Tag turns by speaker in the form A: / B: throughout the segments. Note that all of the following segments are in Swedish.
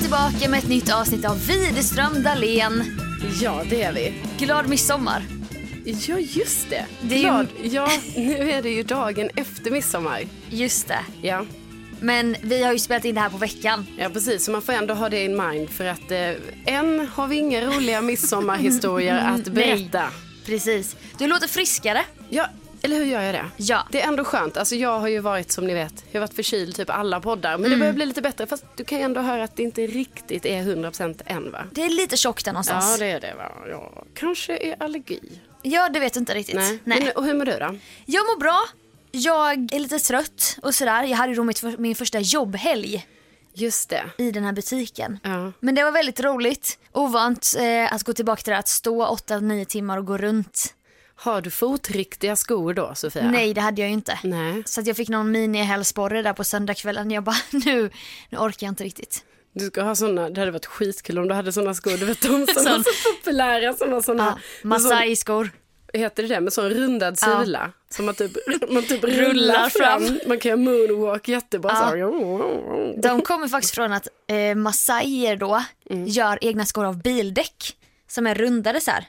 A: tillbaka med ett nytt avsnitt av Widerström Dahlén.
B: Ja, det är vi.
A: Glad midsommar.
B: Ja, just det.
A: Det är ju-
B: Glad. Ja, nu är det ju dagen efter midsommar.
A: Just det.
B: Ja,
A: Men vi har ju spelat in det här på veckan.
B: ja precis. Så man får ändå ha det in mind för att eh, än har vi inga roliga midsommarhistorier att berätta.
A: Precis. Du låter friskare.
B: Ja, eller hur gör jag det?
A: Ja.
B: Det är ändå skönt. Alltså jag har ju varit som ni vet, jag har varit förkyld typ alla poddar. Men det börjar bli lite bättre. Fast du kan ju ändå höra att det inte riktigt är 100% än va?
A: Det är lite tjockt där någonstans.
B: Ja det är det va. Ja, kanske är allergi.
A: Ja, det vet du inte riktigt.
B: Nej. Men, och hur mår du då?
A: Jag mår bra. Jag är lite trött och sådär. Jag hade ju då mitt, för- min första jobbhelg
B: Just det.
A: i den här butiken.
B: Ja.
A: Men det var väldigt roligt. Ovant eh, att gå tillbaka till det här att stå 8-9 timmar och gå runt.
B: Har du fotriktiga skor då Sofia?
A: Nej, det hade jag ju inte.
B: Nej.
A: Så att jag fick någon mini-hälsporre där på söndagskvällen. Jag bara, nu, nu orkar jag inte riktigt.
B: Du ska ha sådana, det hade varit skitkul om du hade sådana skor. Du vet de som
A: Sån-
B: är så populära som har sådana,
A: Ja,
B: med sån-
A: Masai-skor.
B: heter det det, med sån rundad
A: Ja.
B: sula. Som man typ, man typ rullar,
A: Rullar
B: fram.
A: fram.
B: Man kan göra moonwalk jättebra så här.
A: De kommer faktiskt från att eh, masaier då gör egna skor av bildäck som är rundade så här.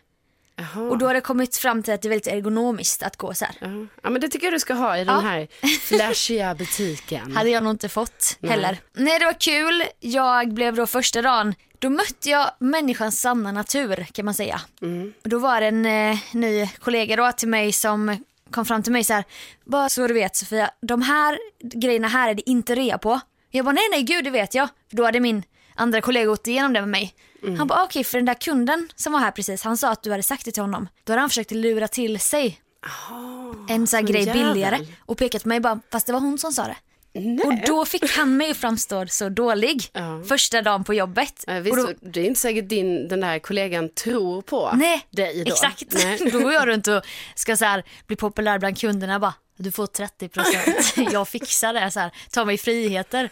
B: Jaha.
A: Och då har det kommit fram till att det är väldigt ergonomiskt att gå så här.
B: Ja. ja men det tycker jag du ska ha i den
A: Ja.
B: här flashiga butiken.
A: Hade jag nog inte fått heller. Nej, det var kul. Jag blev då första dagen, då mötte jag människans sanna natur kan man säga. Och då var det en eh, ny kollega då till mig som kom fram till mig så här, bara så du vet Sofia, de här grejerna här är det inte rea på. Jag bara nej, nej, gud det vet jag. För då hade min andra kollega gått igenom det med mig. Han bara okej, för den där kunden som var här precis, han sa att du hade sagt det till honom. Då hade han försökt lura till sig en sån här
B: sån
A: grej
B: jävel.
A: billigare och pekat på mig bara, fast det var hon som sa det. Och då fick han mig att framstå så dålig
B: Ja.
A: första dagen på jobbet.
B: Ja, Eh,
A: och
B: visst,
A: då,
B: och det är inte säkert din, den där kollegan tror på
A: nej,
B: dig då.
A: exakt.
B: Nej.
A: då går jag runt och ska så här, bli populär bland kunderna bara. Du får 30 procent, jag fixar det, så här, ta mig friheter.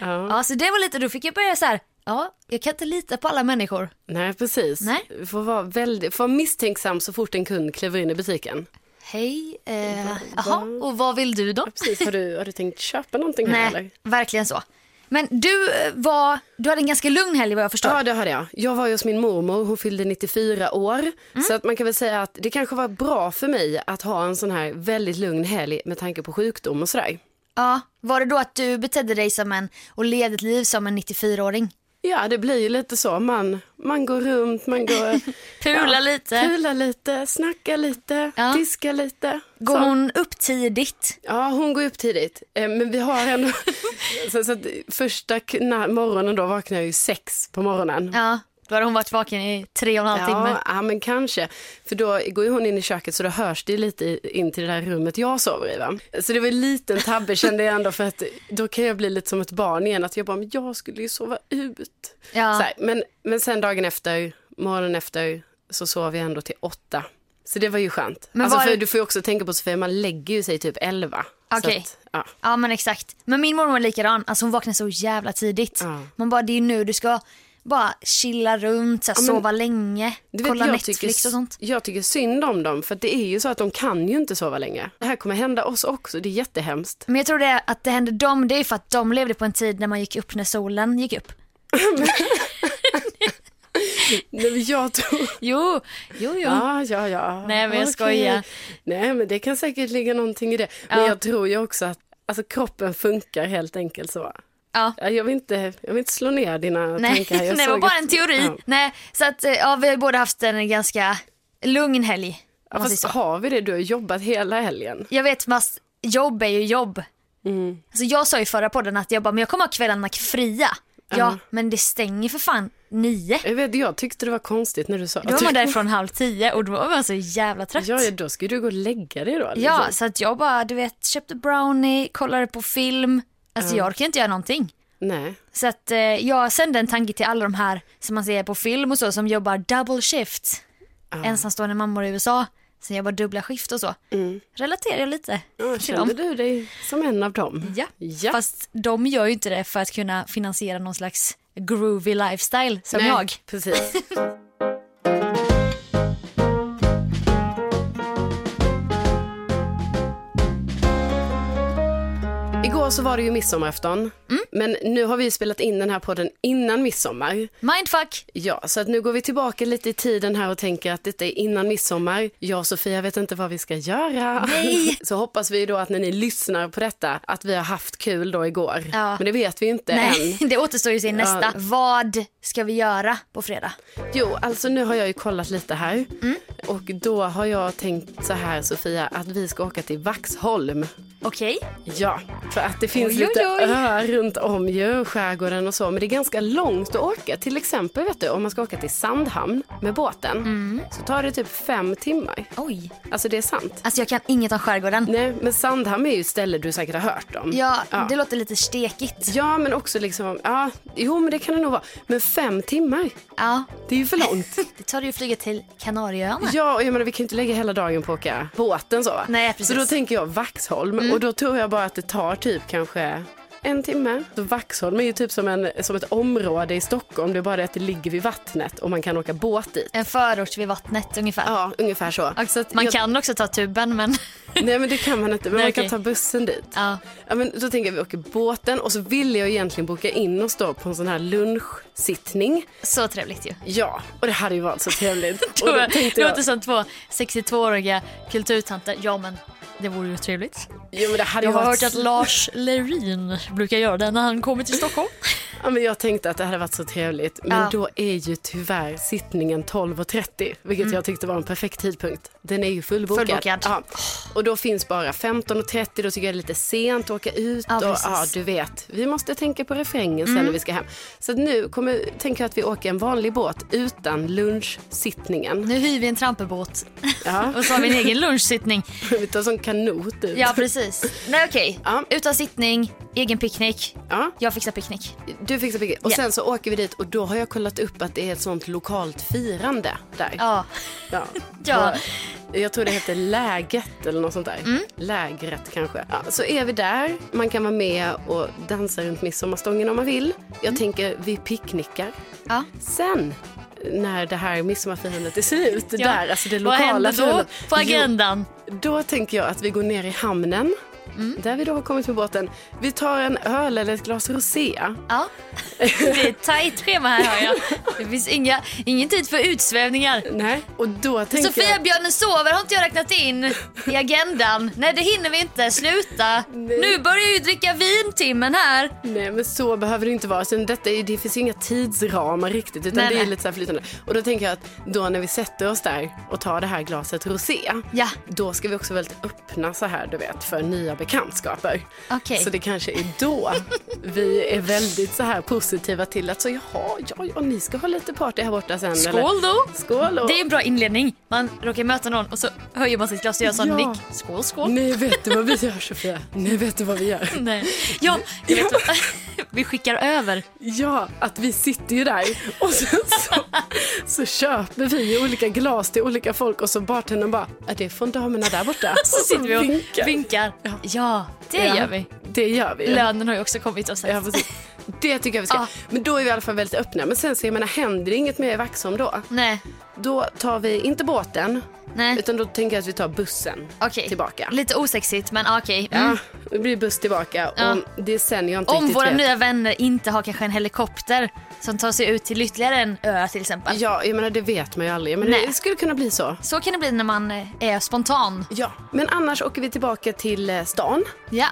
B: Ja.
A: Ja, så det var lite, då fick jag börja så här, ja, jag kan inte lita på alla människor.
B: Nej, precis.
A: Nej.
B: Du Får vara väldigt, får vara misstänksam så fort en kund kliver in i butiken.
A: Hej, eh, jaha, och vad vill du då?
B: Precis, har du, har du tänkt köpa någonting här eller?
A: Nej, verkligen så. Men du eh, var, du hade en ganska lugn helg vad jag förstår.
B: Ja, det hade jag. Jag var ju hos min mormor, hon fyllde 94 år. Så att man kan väl säga att det kanske var bra för mig att ha en sån här väldigt lugn helg med tanke på sjukdom och sådär.
A: Ja, var det då att du betedde dig som en och levde ett liv som en 94-åring?
B: Ja, det blir ju lite så. Man, man går runt, man går...
A: Pula
B: ja,
A: lite.
B: Pula lite, snacka lite,
A: Ja.
B: diska lite.
A: Går
B: Så.
A: hon upp tidigt?
B: Ja, hon går upp tidigt. Eh, Men vi har ändå... så, så att första k- na- morgonen då vaknar jag ju sex på morgonen.
A: Ja, då hade hon varit vaken i tre och en halv timme.
B: Ja, ja, men kanske. För då går ju hon in i köket så då hörs det ju lite i- in till det där rummet jag sover i. Va? Så det var en liten tabbe kände jag ändå för att då kan jag bli lite som ett barn igen. Att jag bara, men jag skulle ju sova ut.
A: Ja.
B: Så här, men, men sen dagen efter, morgonen efter, så sov jag ändå till åtta. Så det var ju skönt.
A: Men
B: alltså,
A: var-
B: för, du får ju också tänka på Sofia, man lägger ju sig typ elva. Så
A: Okej.
B: att, Ja.
A: Ja men exakt. Men min mormor är likadan, alltså hon vaknar så jävla tidigt.
B: Ja.
A: Man bara det är ju nu du ska bara chilla runt, så här,
B: men-
A: sova länge,
B: Du vet,
A: kolla
B: jag
A: Netflix
B: tycker,
A: och sånt.
B: Jag tycker synd om dem, för att det är ju så att de kan ju inte sova länge. Det här kommer hända oss också, det är jättehemskt.
A: Men jag tror det är att det hände dem, det är ju för att de levde på en tid när man gick upp när solen gick upp.
B: Nej, men jag tror...
A: Jo, jo, jo.
B: Ja, ja, ja.
A: Nej, men jag
B: Okej.
A: skojar.
B: Nej, men det kan säkert ligga någonting i det. Men
A: Ja.
B: jag tror ju också att alltså, kroppen funkar helt enkelt så.
A: Ja.
B: Ja, Jag vill inte, jag vill inte slå ner dina
A: Nej,
B: tankar.
A: nej
B: Jag
A: det var
B: såg
A: bara
B: att-
A: en teori.
B: Ja.
A: Nej, så att, eh, ja, vi har ju båda haft en ganska lugn helg.
B: Ja,
A: om man säger
B: fast
A: Alltså, så.
B: har vi det? Du har jobbat hela helgen.
A: Jag vet, fast jobb är ju jobb.
B: Mm.
A: Alltså, jag sa i förra podden att jag bara, men jag kommer ha kvällarna fria. Ja, men det stänger för fan nio.
B: Jag, vet, jag tyckte det var konstigt när du sa
A: Då
B: att
A: var man därifrån halv tio och då var man så jävla trött.
B: typ. ja, ja, då ska du gå och lägga dig då. liksom.
A: Ja, så att jag bara, du vet, köpte brownie, kollade på film. Alltså jag orkar inte göra någonting.
B: Nej.
A: Så att eh, jag sände en tanke till alla de här som man ser på film och så som jobbar double shift. Ensamstående mammor i USA som jobbar dubbla skift och så. Relaterar jag lite
B: Mm. Ja,
A: till dem.
B: kände du dig som en av dem?
A: Ja.
B: ja.
A: Fast de gör ju inte det för att kunna finansiera någon slags groovy lifestyle som
B: Nej,
A: jag.
B: Precis. Igår igår så var det ju midsommarafton.
A: Mm.
B: Men nu har vi spelat in den här podden innan midsommar.
A: Mindfuck.
B: Ja, så att nu går vi tillbaka lite i tiden här och tänker att detta är innan midsommar. Jag och Sofia vet inte vad vi ska göra.
A: Nej.
B: Så hoppas vi då att när ni lyssnar på detta att vi har haft kul då igår.
A: Ja.
B: Men det vet vi inte
A: Nej,
B: än.
A: det återstår ju att se nästa. Vad ska vi göra på fredag?
B: Jo, alltså nu har jag ju kollat lite här.
A: Mm.
B: Och då har jag tänkt så här Sofia, att vi ska åka till Vaxholm.
A: Okej.
B: Ja, för att det finns
A: Oj, oj,
B: lite
A: oj.
B: öar runt om ju, skärgården och så. Men det är ganska långt att åka. Till exempel vet du, om man ska åka till Sandhamn med båten
A: Mm.
B: så tar det typ fem timmar.
A: Oj.
B: Alltså det är sant.
A: Alltså jag kan inget om skärgården.
B: Nej, men Sandhamn är ju ett ställe du säkert har hört om.
A: Ja, det låter lite stekigt.
B: Ja, men också liksom, ja, jo men det kan det nog vara. Men fem timmar,
A: Ja.
B: det är ju för långt.
A: Det tar du ju flyget till Kanarieöarna.
B: Ja, och jag menar, vi kan ju inte lägga hela dagen på att åka båten så va?
A: Nej, precis. Mm.
B: Så då tänker jag Vaxholm och då tror jag bara att det tar typ kanske en timme. Så Vaxholm är ju typ som, en, som ett område i Stockholm, det är bara det att det ligger vid vattnet och man kan åka båt dit.
A: En förort vid vattnet ungefär.
B: Ja, ungefär så. så att
A: Man
B: jag,
A: kan också ta tuben men
B: Nej men det kan man inte, men
A: Nej,
B: man kan
A: okej.
B: ta bussen dit.
A: ja.
B: Ja, men då tänker jag vi åker båten och så ville jag egentligen boka in oss då på en sån här lunchsittning.
A: så trevligt ju. Ja.
B: Ja, och det hade ju varit så trevligt.
A: Då,
B: och då
A: det
B: tänkte jag,
A: låter som två 62-åriga kulturtanter. Ja men det vore ju trevligt.
B: jo, men det hade
A: Jag
B: ju
A: har
B: varit
A: hört att
B: så-
A: Lars Lerin brukar göra det när han kommer till Stockholm.
B: Ja, men jag tänkte att det hade varit så trevligt, men
A: Ja.
B: då är ju tyvärr sittningen 12.30, vilket jag tyckte var en perfekt tidpunkt. Den är ju fullbokad.
A: Mm. Fullbokad.
B: Ja. Och då finns bara 15.30, då tycker jag det är lite sent att åka ut.
A: Ja,
B: och,
A: precis. Mm.
B: ja, du vet, vi måste tänka på refrängen sen när vi ska hem. Så att nu kommer, tänker jag att vi åker en vanlig båt utan lunchsittningen.
A: Nu hyr vi en trampebåt
B: Ja.
A: och så har vi en egen lunchsittning.
B: vi tar som kanot ut.
A: Ja precis. Nej okej.
B: Ja.
A: Utan sittning, egen picknick.
B: Ja.
A: Jag fixar picknick.
B: Du fixar picket. Och
A: Ja.
B: sen så åker vi dit och då har jag kollat upp att det är ett sånt lokalt firande där.
A: Ja.
B: Ja.
A: Ja.
B: På- Jag tror det heter läget eller något sånt där.
A: Mm.
B: Lägret kanske. Ja, så är vi där. Man kan vara med och dansa runt midsommarstången om man vill. Jag
A: Mm.
B: tänker vi picknickar.
A: ja.
B: Sen när det här midsommarfirandet är slut
A: Ja.
B: där, alltså det
A: Vad
B: lokala
A: händer då
B: firandet.
A: på
B: Jo,
A: agendan?
B: då tänker jag att vi går ner i hamnen.
A: Mm.
B: Där vi då har kommit med båten. Vi tar en öl eller ett glas rosé.
A: Ja, det är ett tajt schema här hör jag. Det finns inga, ingen tid för utsvävningar.
B: Nej, och då tänker
A: Sofia
B: jag...
A: björnen sover har inte jag räknat in i agendan. Nej det hinner vi inte, sluta. Nu börjar ju dricka vintimmen här.
B: Nej men så behöver det inte vara. Sen detta är, ju- det finns ju inga tidsramar riktigt utan
A: Nej,
B: det är
A: nej.
B: lite så här flytande. Och då tänker jag att då när vi sätter oss där och tar det här glaset rosé.
A: Ja.
B: Då ska vi också vara väldigt öppna så här du vet för nya bekantskaper.
A: Okej.
B: Så det kanske är då vi är väldigt så här positiva till att så jaha, ja, ja ni ska ha lite party här borta sen.
A: Skål då.
B: Skål och...
A: Det är en bra inledning. Man råkar möta någon och så höjer man sitt glas och gör sån
B: Ja.
A: nick. Skål skål.
B: Nej vet du vad vi gör Sofia? Nej vet du vad vi gör?
A: Nej. Ja, jag vet vad. vi skickar över.
B: Ja, att vi sitter ju där och sen så, så köper vi olika glas till olika folk och så bartendern bara, är det från damerna där borta?
A: Så sitter vi och vinkar.
B: Ja.
A: Ja, det
B: Ja,
A: gör vi.
B: Det gör vi.
A: Lönen har ju också kommit och
B: Ja,
A: sagt.
B: precis. Det tycker jag vi ska.
A: Ja.
B: Men då är vi i alla fall väldigt öppna. Men sen så jag menar, händer det inget mer i Vaxholm då?
A: Nej,
B: Då tar vi inte båten,
A: nej.
B: utan då tänker jag att vi tar bussen
A: Okej.
B: tillbaka.
A: Lite osexigt men okej. Mm.
B: Ja, det blir buss tillbaka.
A: Ja.
B: Och det är sen jag inte
A: Om
B: riktigt
A: våra
B: vet.
A: nya vänner inte har kanske en helikopter som tar sig ut till ytterligare en ö till exempel.
B: Ja, jag menar det vet man ju aldrig. Men
A: Nej.
B: det skulle kunna bli så.
A: Så kan det bli när man eh, är spontan.
B: Ja, men annars åker vi tillbaka till eh, stan.
A: Ja.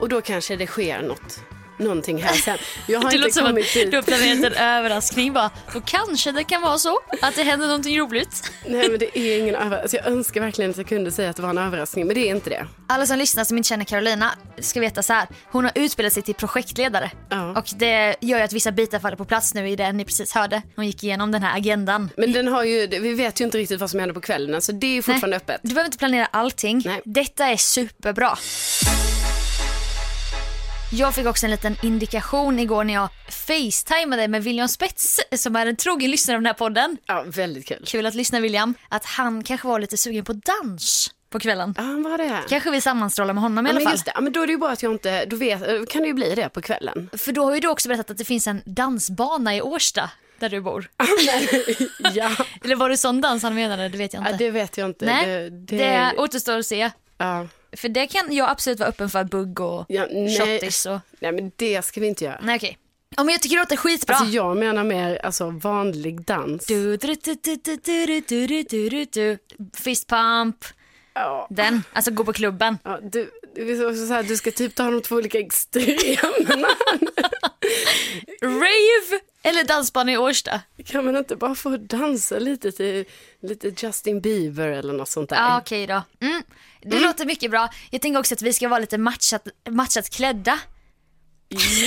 B: Och då kanske det sker något, någonting här sen. Jag har
A: Det låter
B: inte
A: som att
B: kommit
A: du har
B: dit.
A: planerat en överraskning bara. Då kanske det kan vara så att det händer någonting roligt.
B: Nej men det är ingen överraskning. Alltså, jag önskar verkligen att jag kunde säga att det var en överraskning, men det är inte det.
A: Alla som lyssnar som inte känner Carolina ska veta så här. Hon har utbildat sig till projektledare.
B: Ja.
A: Och det gör ju att vissa bitar faller på plats nu i det ni precis hörde. Hon gick igenom den här agendan.
B: Men den har ju, vi vet ju inte riktigt vad som händer på kvällen, så det är ju fortfarande öppet.
A: Du behöver inte planera allting.
B: Nej.
A: Detta är superbra. Jag fick också en liten indikation igår när jag facetimade med William Spets som är en trogen lyssnare av den här podden.
B: Ja, väldigt kul.
A: Kul att lyssna William. Att han kanske var lite sugen på dans på kvällen.
B: Ja, vad var det? Här?
A: Kanske vi sammanstrålar med honom i
B: Ja,
A: alla
B: men
A: fall.
B: just det. Ja, men då är det ju bara att jag inte, då vet, kan det ju bli det på kvällen.
A: För då har ju du också berättat att det finns en dansbana i Årsta där du bor.
B: Ah. ja.
A: Eller var det sån dans han menade? Det vet jag inte.
B: ja, det vet jag inte.
A: Nej,
B: det, det,
A: det återstår att se.
B: Ja.
A: För det kan jag absolut vara öppen för, bugg och
B: Ja, nej,
A: shottis och...
B: nej, men det ska vi inte göra.
A: Nej okej. Ja men jag tycker det låter skitbra.
B: Alltså, jag menar mer alltså, vanlig dans.
A: Du, du, du, du, du, du, du, du, du, du, du, du. Fist pump.
B: Ja.
A: Den, alltså gå på klubben.
B: Ja, du, det är också så här, du ska typ ta de två olika extremerna.
A: Rave eller dansband i Årsta.
B: kan man inte bara få dansa lite till lite Justin Bieber eller något sånt där?
A: Ja okej då. Mm. Det låter mycket bra. Jag tänker också att vi ska vara lite matchat, matchat klädda.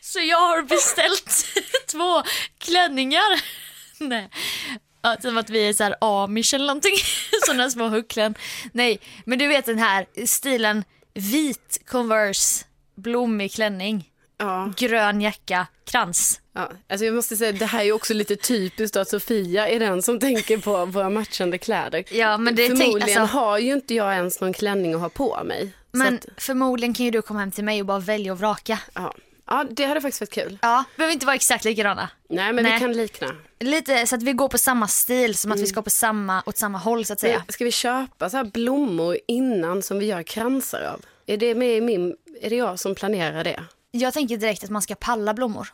A: Så jag har beställt två klänningar. Nej. Ja, som att vi är så här amish eller någonting. Sådana små hucklen. Nej, men du vet den här stilen vit Converse, blommig klänning,
B: Ja,
A: grön jacka, krans.
B: ja. Alltså jag måste säga, det här är ju också lite typiskt då, att Sofia är den som tänker på våra matchande kläder.
A: Ja, men det tänk-
B: Förmodligen
A: alltså- Mm.
B: har ju inte jag ens någon klänning att ha på mig.
A: Men
B: Så att,
A: förmodligen kan ju du komma hem till mig och bara välja och vraka.
B: ja. ja, det hade faktiskt varit kul.
A: Ja, behöver inte vara exakt likadana.
B: Nej, men
A: Nej.
B: vi kan likna.
A: Lite så att vi går på samma stil, som att vi ska på samma, åt samma håll så att säga.
B: Ska vi köpa så här blommor innan som vi gör kransar av? Är det, med i min, är det jag som planerar det?
A: Jag tänker direkt att man ska palla blommor.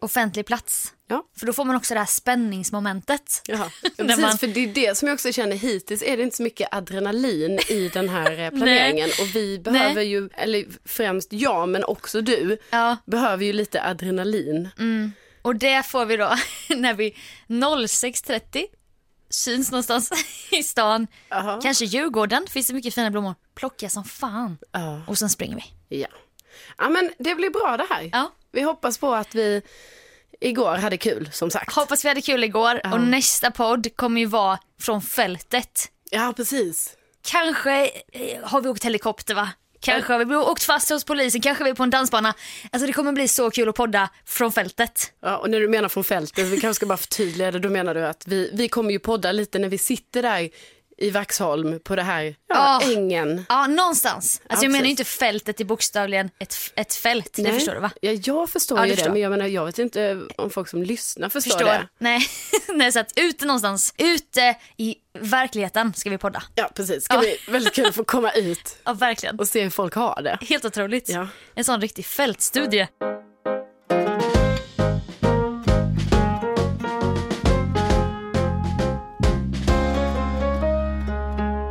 A: Offentlig plats.
B: Ja.
A: För då får man också det här spänningsmomentet.
B: Jaha.
A: När
B: Precis,
A: man-
B: för det är det som jag också känner hittills är det inte så mycket adrenalin i den här eh, planeringen och vi behöver
A: Nej.
B: ju, eller främst jag men också du,
A: Ja. Mm.
B: behöver ju lite adrenalin.
A: Och det får vi då när vi 06.30 syns någonstans i stan.
B: Jaha.
A: Kanske Djurgården, finns det mycket fina blommor. Plocka som fan.
B: Ja.
A: Och sen springer vi.
B: Ja. ja men det blir bra det här.
A: Ja.
B: Vi hoppas på att vi igår hade kul som sagt.
A: Hoppas vi hade kul igår och nästa podd kommer ju vara från fältet.
B: Ja precis.
A: Kanske eh, har vi åkt helikopter va? Kanske har vi åkt fast hos polisen, kanske vi är på en dansbana. Alltså det kommer bli så kul att podda från fältet.
B: Ja, och när du menar från fältet, vi kanske ska bara förtydliga det, då menar du att vi, vi kommer ju podda lite när vi sitter där i Vaxholm på det här ja,
A: Ah.
B: ängen.
A: Ja, någonstans. Alltså jag
B: precis.
A: menar ju inte fältet i bokstavligen ett, f- ett fält, det förstår du va?
B: Ja, jag förstår
A: Ja, du
B: ju det,
A: förstår.
B: men jag menar jag vet inte om folk som lyssnar förstår,
A: Förstår.
B: det.
A: Nej. Nej, så att ute någonstans, ute i verkligheten ska vi podda.
B: Ja, precis. Ska
A: Ja.
B: bli väldigt kul att få komma ut
A: Ja, verkligen.
B: och se hur folk har det.
A: Helt otroligt.
B: Ja.
A: En sån riktig fältstudie.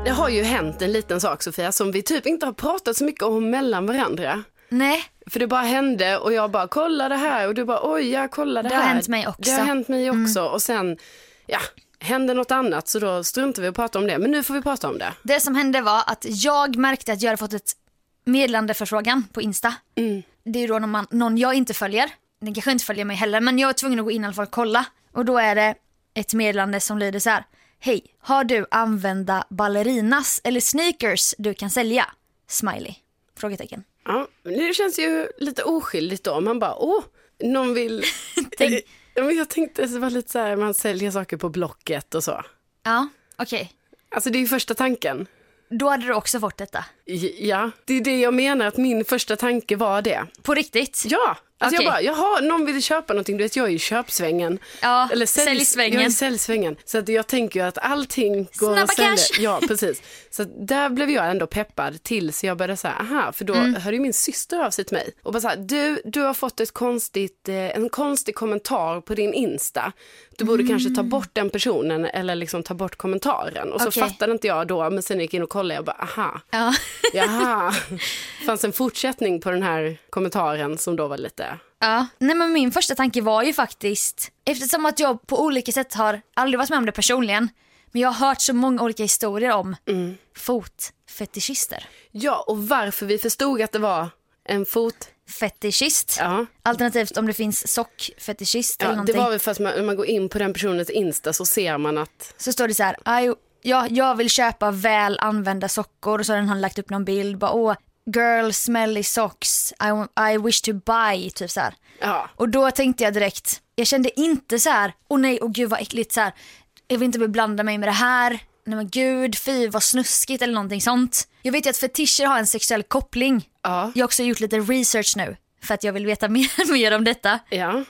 B: Det har ju hänt en liten sak Sofia, som vi typ inte har pratat så mycket om mellan varandra.
A: Nej,
B: För det bara hände och jag bara kolla det här och du bara oj ja kolla det,
A: Det har
B: här.
A: hänt mig också. Mm.
B: Det har hänt mig också och sen ja, hände något annat så då struntar vi att prata om det. Men nu får vi prata om det.
A: Det som hände var att jag märkte att jag hade fått ett meddelandeförfrågan på Insta. Det är ju då någon, man, någon jag inte följer. Den kanske inte följer mig heller men jag är tvungen att gå in i alla fall och kolla. Och då är det ett meddelande som lyder så här. Hej, har du använda ballerinas eller sneakers du kan sälja? Smiley? Frågetecken.
B: Ja, men det känns ju lite oskyldigt då. Man bara åh, någon vill...
A: Tänk-
B: Ja, men jag tänkte det var lite så här, man säljer saker på Blocket och så.
A: Ja, okej.
B: Alltså det är ju första tanken.
A: Då hade du också fått detta.
B: J- Ja, det är det jag menar att min första tanke var det.
A: På riktigt?
B: Ja, alltså
A: Okej.
B: jag bara, jaha, någon ville köpa någonting, du vet jag är i köpsvängen.
A: Ja,
B: säljs-
A: säljsvängen.
B: Jag är i säljsvängen. Så att jag tänker ju att allting går
A: Snabba
B: att sälja.
A: cash.
B: Ja, precis. Så att där blev jag ändå peppad tills jag började säga, aha, för då
A: Mm.
B: hörde ju min syster av sig till mig och bara så här, du, du har fått ett konstigt, eh, en konstig kommentar på din Insta. Du
A: Mm.
B: borde kanske ta bort den personen eller liksom ta bort kommentaren. Och så
A: Okej.
B: fattade inte jag då, men sen gick jag in och kollade och bara, aha.
A: Ja.
B: Jaha, fanns en fortsättning på den här kommentaren som då var lite...
A: Ja. Nej men min första tanke var ju faktiskt, eftersom att jag på olika sätt har aldrig varit med om det personligen, men jag har hört så många olika historier om
B: Mm.
A: fotfetischister.
B: Ja, och varför vi förstod att det var en fot...
A: Fetischist.
B: Ja,
A: Alternativt om det finns sockfetischist eller
B: ja det
A: någonting.
B: var väl för att man, när man går in på den personens Insta så ser man att...
A: Så står det så här, "Aj, ja, jag vill köpa väl använda sockor och så har den han lagt upp någon bild, bara åh, girl smelly socks, I, wa- I wish to buy, typ så här.
B: Ja,
A: Och då tänkte jag direkt, jag kände inte så här, åh nej, åh gud vad äckligt så här, jag vill inte beblanda mig med det här, nej men gud, fy vad snuskigt eller någonting sånt. Jag vet ju att fetischer har en sexuell koppling.
B: Ja.
A: Jag har också gjort lite research nu för att jag vill veta mer, mer om detta.
B: ja.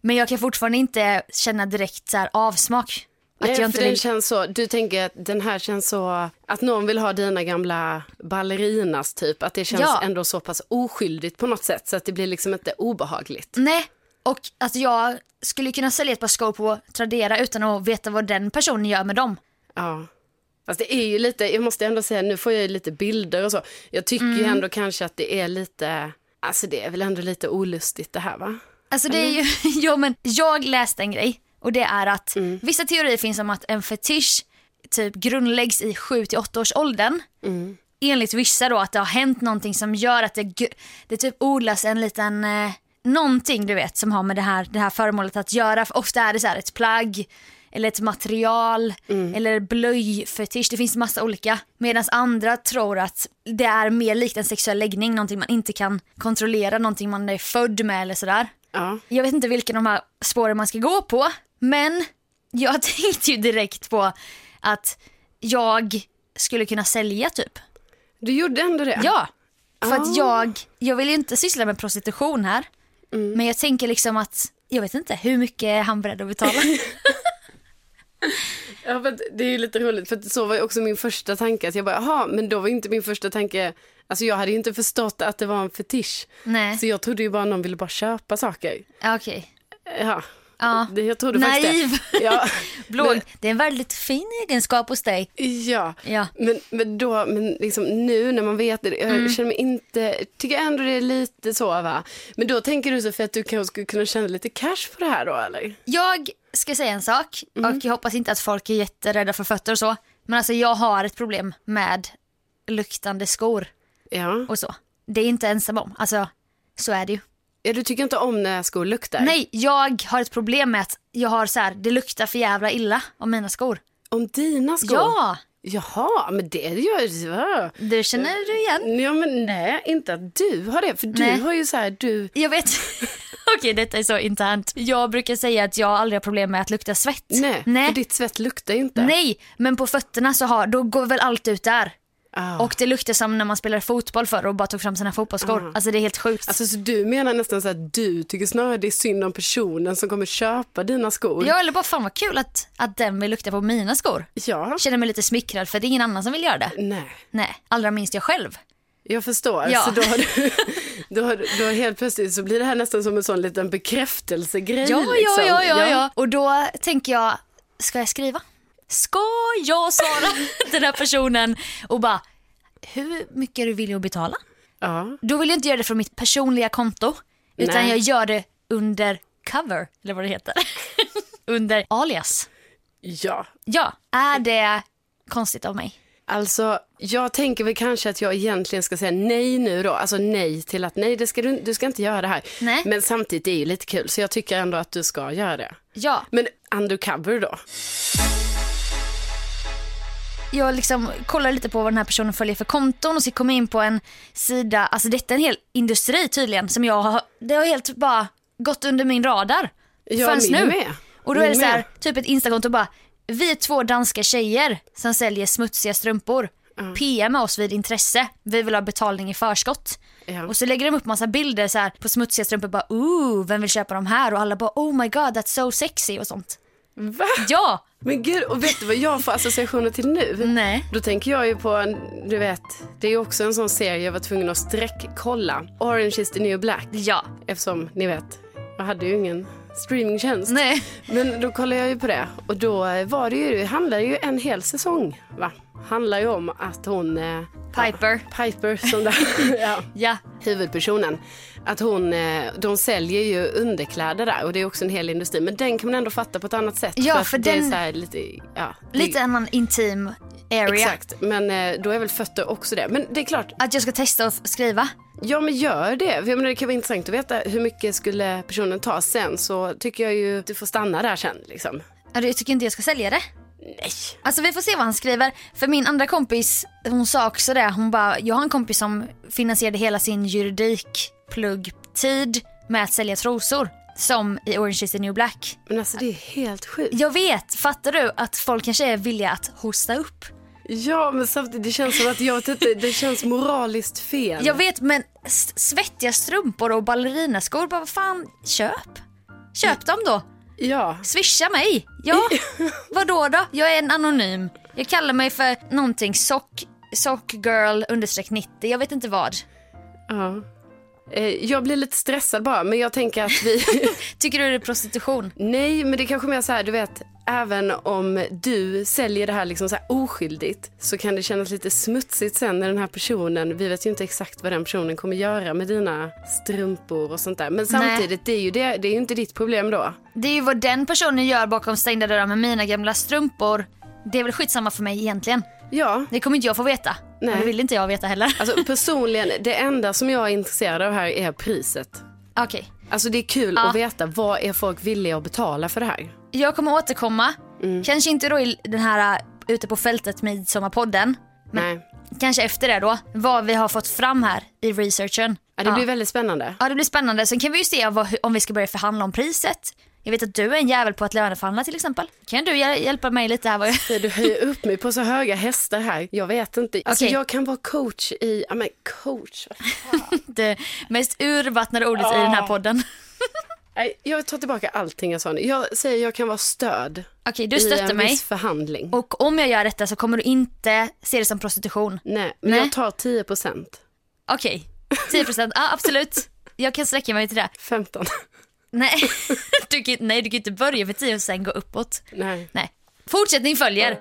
A: Men jag kan fortfarande inte känna direkt så här avsmak Att
B: Nej,
A: jag
B: för
A: inte
B: den
A: vill...
B: känns så, du tänker att den här känns så, att någon vill ha dina gamla ballerinas typ, att det känns
A: Ja.
B: ändå så pass oskyldigt på något sätt så att det blir liksom inte obehagligt.
A: Nej, och att jag skulle kunna sälja ett par skor på Tradera utan att veta vad den personen gör med dem.
B: Ja. Fast det är ju lite, jag måste ändå säga, nu får jag ju lite bilder och så. Jag tycker ju
A: Mm.
B: ändå kanske att det är lite, alltså det är väl ändå lite olustigt det här va?
A: Alltså det är ju, jo men jag läste en grej och det är att vissa teorier finns om att en fetisch typ grundläggs i 7-8 års åldern. Enligt vissa då att det har hänt någonting som gör att det, gr- det typ odlas en liten eh, någonting du vet som har med det här, det här föremålet att göra. För ofta är det så här ett plagg eller ett material eller blöjfetisch. Det finns massa olika. Medan andra tror att det är mer likt en sexuell läggning, någonting man inte kan kontrollera, någonting man är född med eller sådär.
B: Ja.
A: Jag vet inte vilken av de här spåren man ska gå på, men jag tänkte ju direkt på att jag skulle kunna sälja typ.
B: Du gjorde ändå det?
A: Ja, för
B: Ah.
A: att jag, jag vill ju inte syssla med prostitution här. Men jag tänker liksom att, jag vet inte, hur mycket är han beredd att betala?
B: Ja, men det är ju lite roligt, för att så var ju också min första tanke. Att jag bara, jaha, men då var ju inte min första tanke, alltså jag hade ju inte förstått att det var en fetisch.
A: Nej,
B: Så jag trodde ju bara någon ville bara köpa saker.
A: ja, okej.
B: Ja,
A: Ja.
B: det, jag trodde
A: Naiv.
B: faktiskt det. Ja.
A: Blåg, det är en väldigt fin egenskap hos dig.
B: Ja,
A: Ja.
B: men, men, då, men liksom nu när man vet det, jag
A: Mm.
B: känner mig inte, tycker ändå det är lite så va. Men då tänker du så för att du kanske skulle kunna tjäna lite cash på det här då eller?
A: Jag ska säga en sak och jag hoppas inte att folk är jätterädda för fötter och så. Men alltså jag har ett problem med luktande skor.
B: Ja.
A: och så. Det är inte ensam om. Alltså, så är det ju.
B: ja, du tycker inte om när skor luktar?
A: Nej, jag har ett problem med att jag har så här, det luktar för jävla illa om mina skor.
B: Om dina skor?
A: Ja,
B: Jaha, men det gör du.
A: det känner du igen.
B: Ja, men nej, inte att du har det. För du
A: Nej.
B: har ju så här, du...
A: Jag vet. Okej, detta är så internt. Jag brukar säga att jag aldrig har problem med att lukta svett.
B: Nej,
A: Nej.
B: för ditt svett luktar ju inte.
A: Nej, men på fötterna så har, då går väl allt ut där.
B: Ah.
A: Och det luktar som när man spelade fotboll förr och bara tog fram sina fotbollsskor. Alltså det är helt sjukt.
B: Ah. Alltså, så du menar nästan så att du tycker snarare det är synd om personen som kommer köpa dina skor?
A: ja, eller bara fan vad kul att, att den vill lukta på mina skor.
B: ja.
A: Känner mig lite smickrad för det är ingen annan som vill göra det.
B: Nej.
A: Nej, allra minst jag själv.
B: Jag förstår.
A: Ja.
B: Så då har du, då har, du- då helt plötsligt så blir det här nästan som en sån liten bekräftelsegrej.
A: Ja, ja,
B: liksom.
A: ja, ja, ja. Och då tänker jag, ska jag skriva? Ska jag svara den här personen och bara, hur mycket är du villig att betala?
B: Ja.
A: Då vill jag inte göra det från mitt personliga konto, utan
B: Nej.
A: jag gör det under cover, eller vad det heter. under alias.
B: ja.
A: Ja, är det konstigt av mig?
B: Alltså, jag tänker väl kanske att jag egentligen ska säga nej nu då. Alltså nej till att nej, det ska du, du ska inte göra det här.
A: Nej.
B: Men samtidigt är det ju lite kul, så jag tycker ändå att du ska göra det.
A: Ja,
B: Men undercover då?
A: jag liksom kollar lite på vad den här personen följer för konton och så kommer jag in på en sida, alltså detta är en hel industri tydligen som jag har, det har helt bara gått under min radar.
B: Jag
A: Förrän
B: min
A: nu.
B: med.
A: Och då är
B: Min
A: det så
B: med.
A: här, typ ett instakonto bara, vi är två danska tjejer som säljer smutsiga strumpor. PMa oss vid intresse, vi vill ha betalning i förskott.
B: Ja.
A: Och så lägger de upp massa bilder så här på smutsiga strumpor bara ooh, vem vill köpa de här? Och alla bara oh my god that's so sexy och sånt.
B: Va?
A: Ja!
B: Men gud, och vet du vad jag får associationer till nu?
A: Nej.
B: Då tänker jag ju på, en, du vet, det är ju också en sån serie jag var tvungen att sträckkolla. Orange is the new black.
A: Ja.
B: Eftersom, ni vet, jag hade ju ingen streamingtjänst.
A: Nej.
B: Men då kollade jag ju på det och då eh, var det ju, handlade ju en hel säsong, va? Handlar ju om att hon... eh,
A: Piper.
B: Ja, Piper, som där, ja,
A: Ja.
B: huvudpersonen. Att hon, eh, de säljer ju underkläder där och det är också en hel industri. Men den kan man ändå fatta på ett annat sätt.
A: Ja,
B: att
A: för
B: det är
A: den-
B: så här lite, ja, det-
A: Lite annan intim area.
B: Exakt, men eh, då är väl fötter också det. Men det är klart,
A: Att jag ska testa att skriva.
B: ja men gör det. För jag menar, det kan vara intressant att veta hur mycket skulle personen ta sen. Så tycker jag ju att du får stanna där sen liksom.
A: Ja, Jag tycker inte jag ska sälja det.
B: Nej.
A: Alltså vi får se vad han skriver. För min andra kompis, hon sa också det. Hon bara, jag har en kompis som finansierade hela sin juridikpluggtid med att sälja trosor. Som i Orange is the new black.
B: Men alltså det är helt sjukt.
A: Jag vet, fattar du att folk kanske är villiga att hosta upp?
B: Ja men samtidigt det känns som att jag vet inte, det känns moraliskt fel.
A: Jag vet men s- svettiga strumpor och ballerinaskor, bara vad fan, köp. Köp dem då.
B: Ja.
A: Swisha mig! Ja, vadå då? Jag är en anonym. Jag kallar mig för någonting sock, sockgirl understreck 90, jag vet inte vad.
B: ja. Eh, Jag blir lite stressad bara, men jag tänker att vi...
A: Tycker du det är prostitution?
B: Nej, men det är kanske mer så här, du vet, även om du säljer det här liksom så här oskyldigt så kan det kännas lite smutsigt sen när den här personen, vi vet ju inte exakt vad den personen kommer göra med dina strumpor och sånt där. Men samtidigt, det är ju det, det är ju inte ditt problem då.
A: Det är ju vad den personen gör bakom stängda dörrar med mina gamla strumpor. Det är väl skitsamma för mig egentligen.
B: Ja,
A: Det kommer inte jag få veta.
B: Nej.
A: Och Det vill inte jag veta heller.
B: alltså personligen, det enda som jag är intresserad av här är priset.
A: Okej.
B: Alltså det är kul
A: Ja.
B: att veta, vad är folk villiga att betala för det här?
A: Jag kommer återkomma.
B: Mm.
A: Kanske inte då i den här äh, ute på fältet midsommarpodden.
B: Nej.
A: Kanske efter det då. Vad vi har fått fram här i researchen.
B: Ja, det blir väldigt spännande.
A: Ja, det blir spännande. Sen kan vi ju se vad, om vi ska börja förhandla om priset. Jag vet att du är en jävel på att löneförhandla till exempel. Kan du hjäl- hjälpa mig lite här? Vad jag...
B: Nej, Du höjer upp mig på så höga hästar här. Jag vet inte. Alltså,
A: Okej.
B: Jag kan vara coach i... Ja, men coach.
A: Det mest urvattnade ordet i den här podden.
B: Nej, Jag tar tillbaka allting jag sa nu. Jag säger jag kan vara stöd
A: Okej, du
B: i
A: stöttar
B: en
A: mig.
B: viss förhandling.
A: Och om jag gör detta så kommer du inte se det som prostitution.
B: Nej, men
A: Nej.
B: jag tar 10 procent.
A: Okej, 10 procent. Ja, absolut. Jag kan sträcka mig till det.
B: 15.
A: Nej. Du kan, nej, du kan inte börja med 10 och sen gå uppåt.
B: Nej.
A: Nej. Fortsättning följer.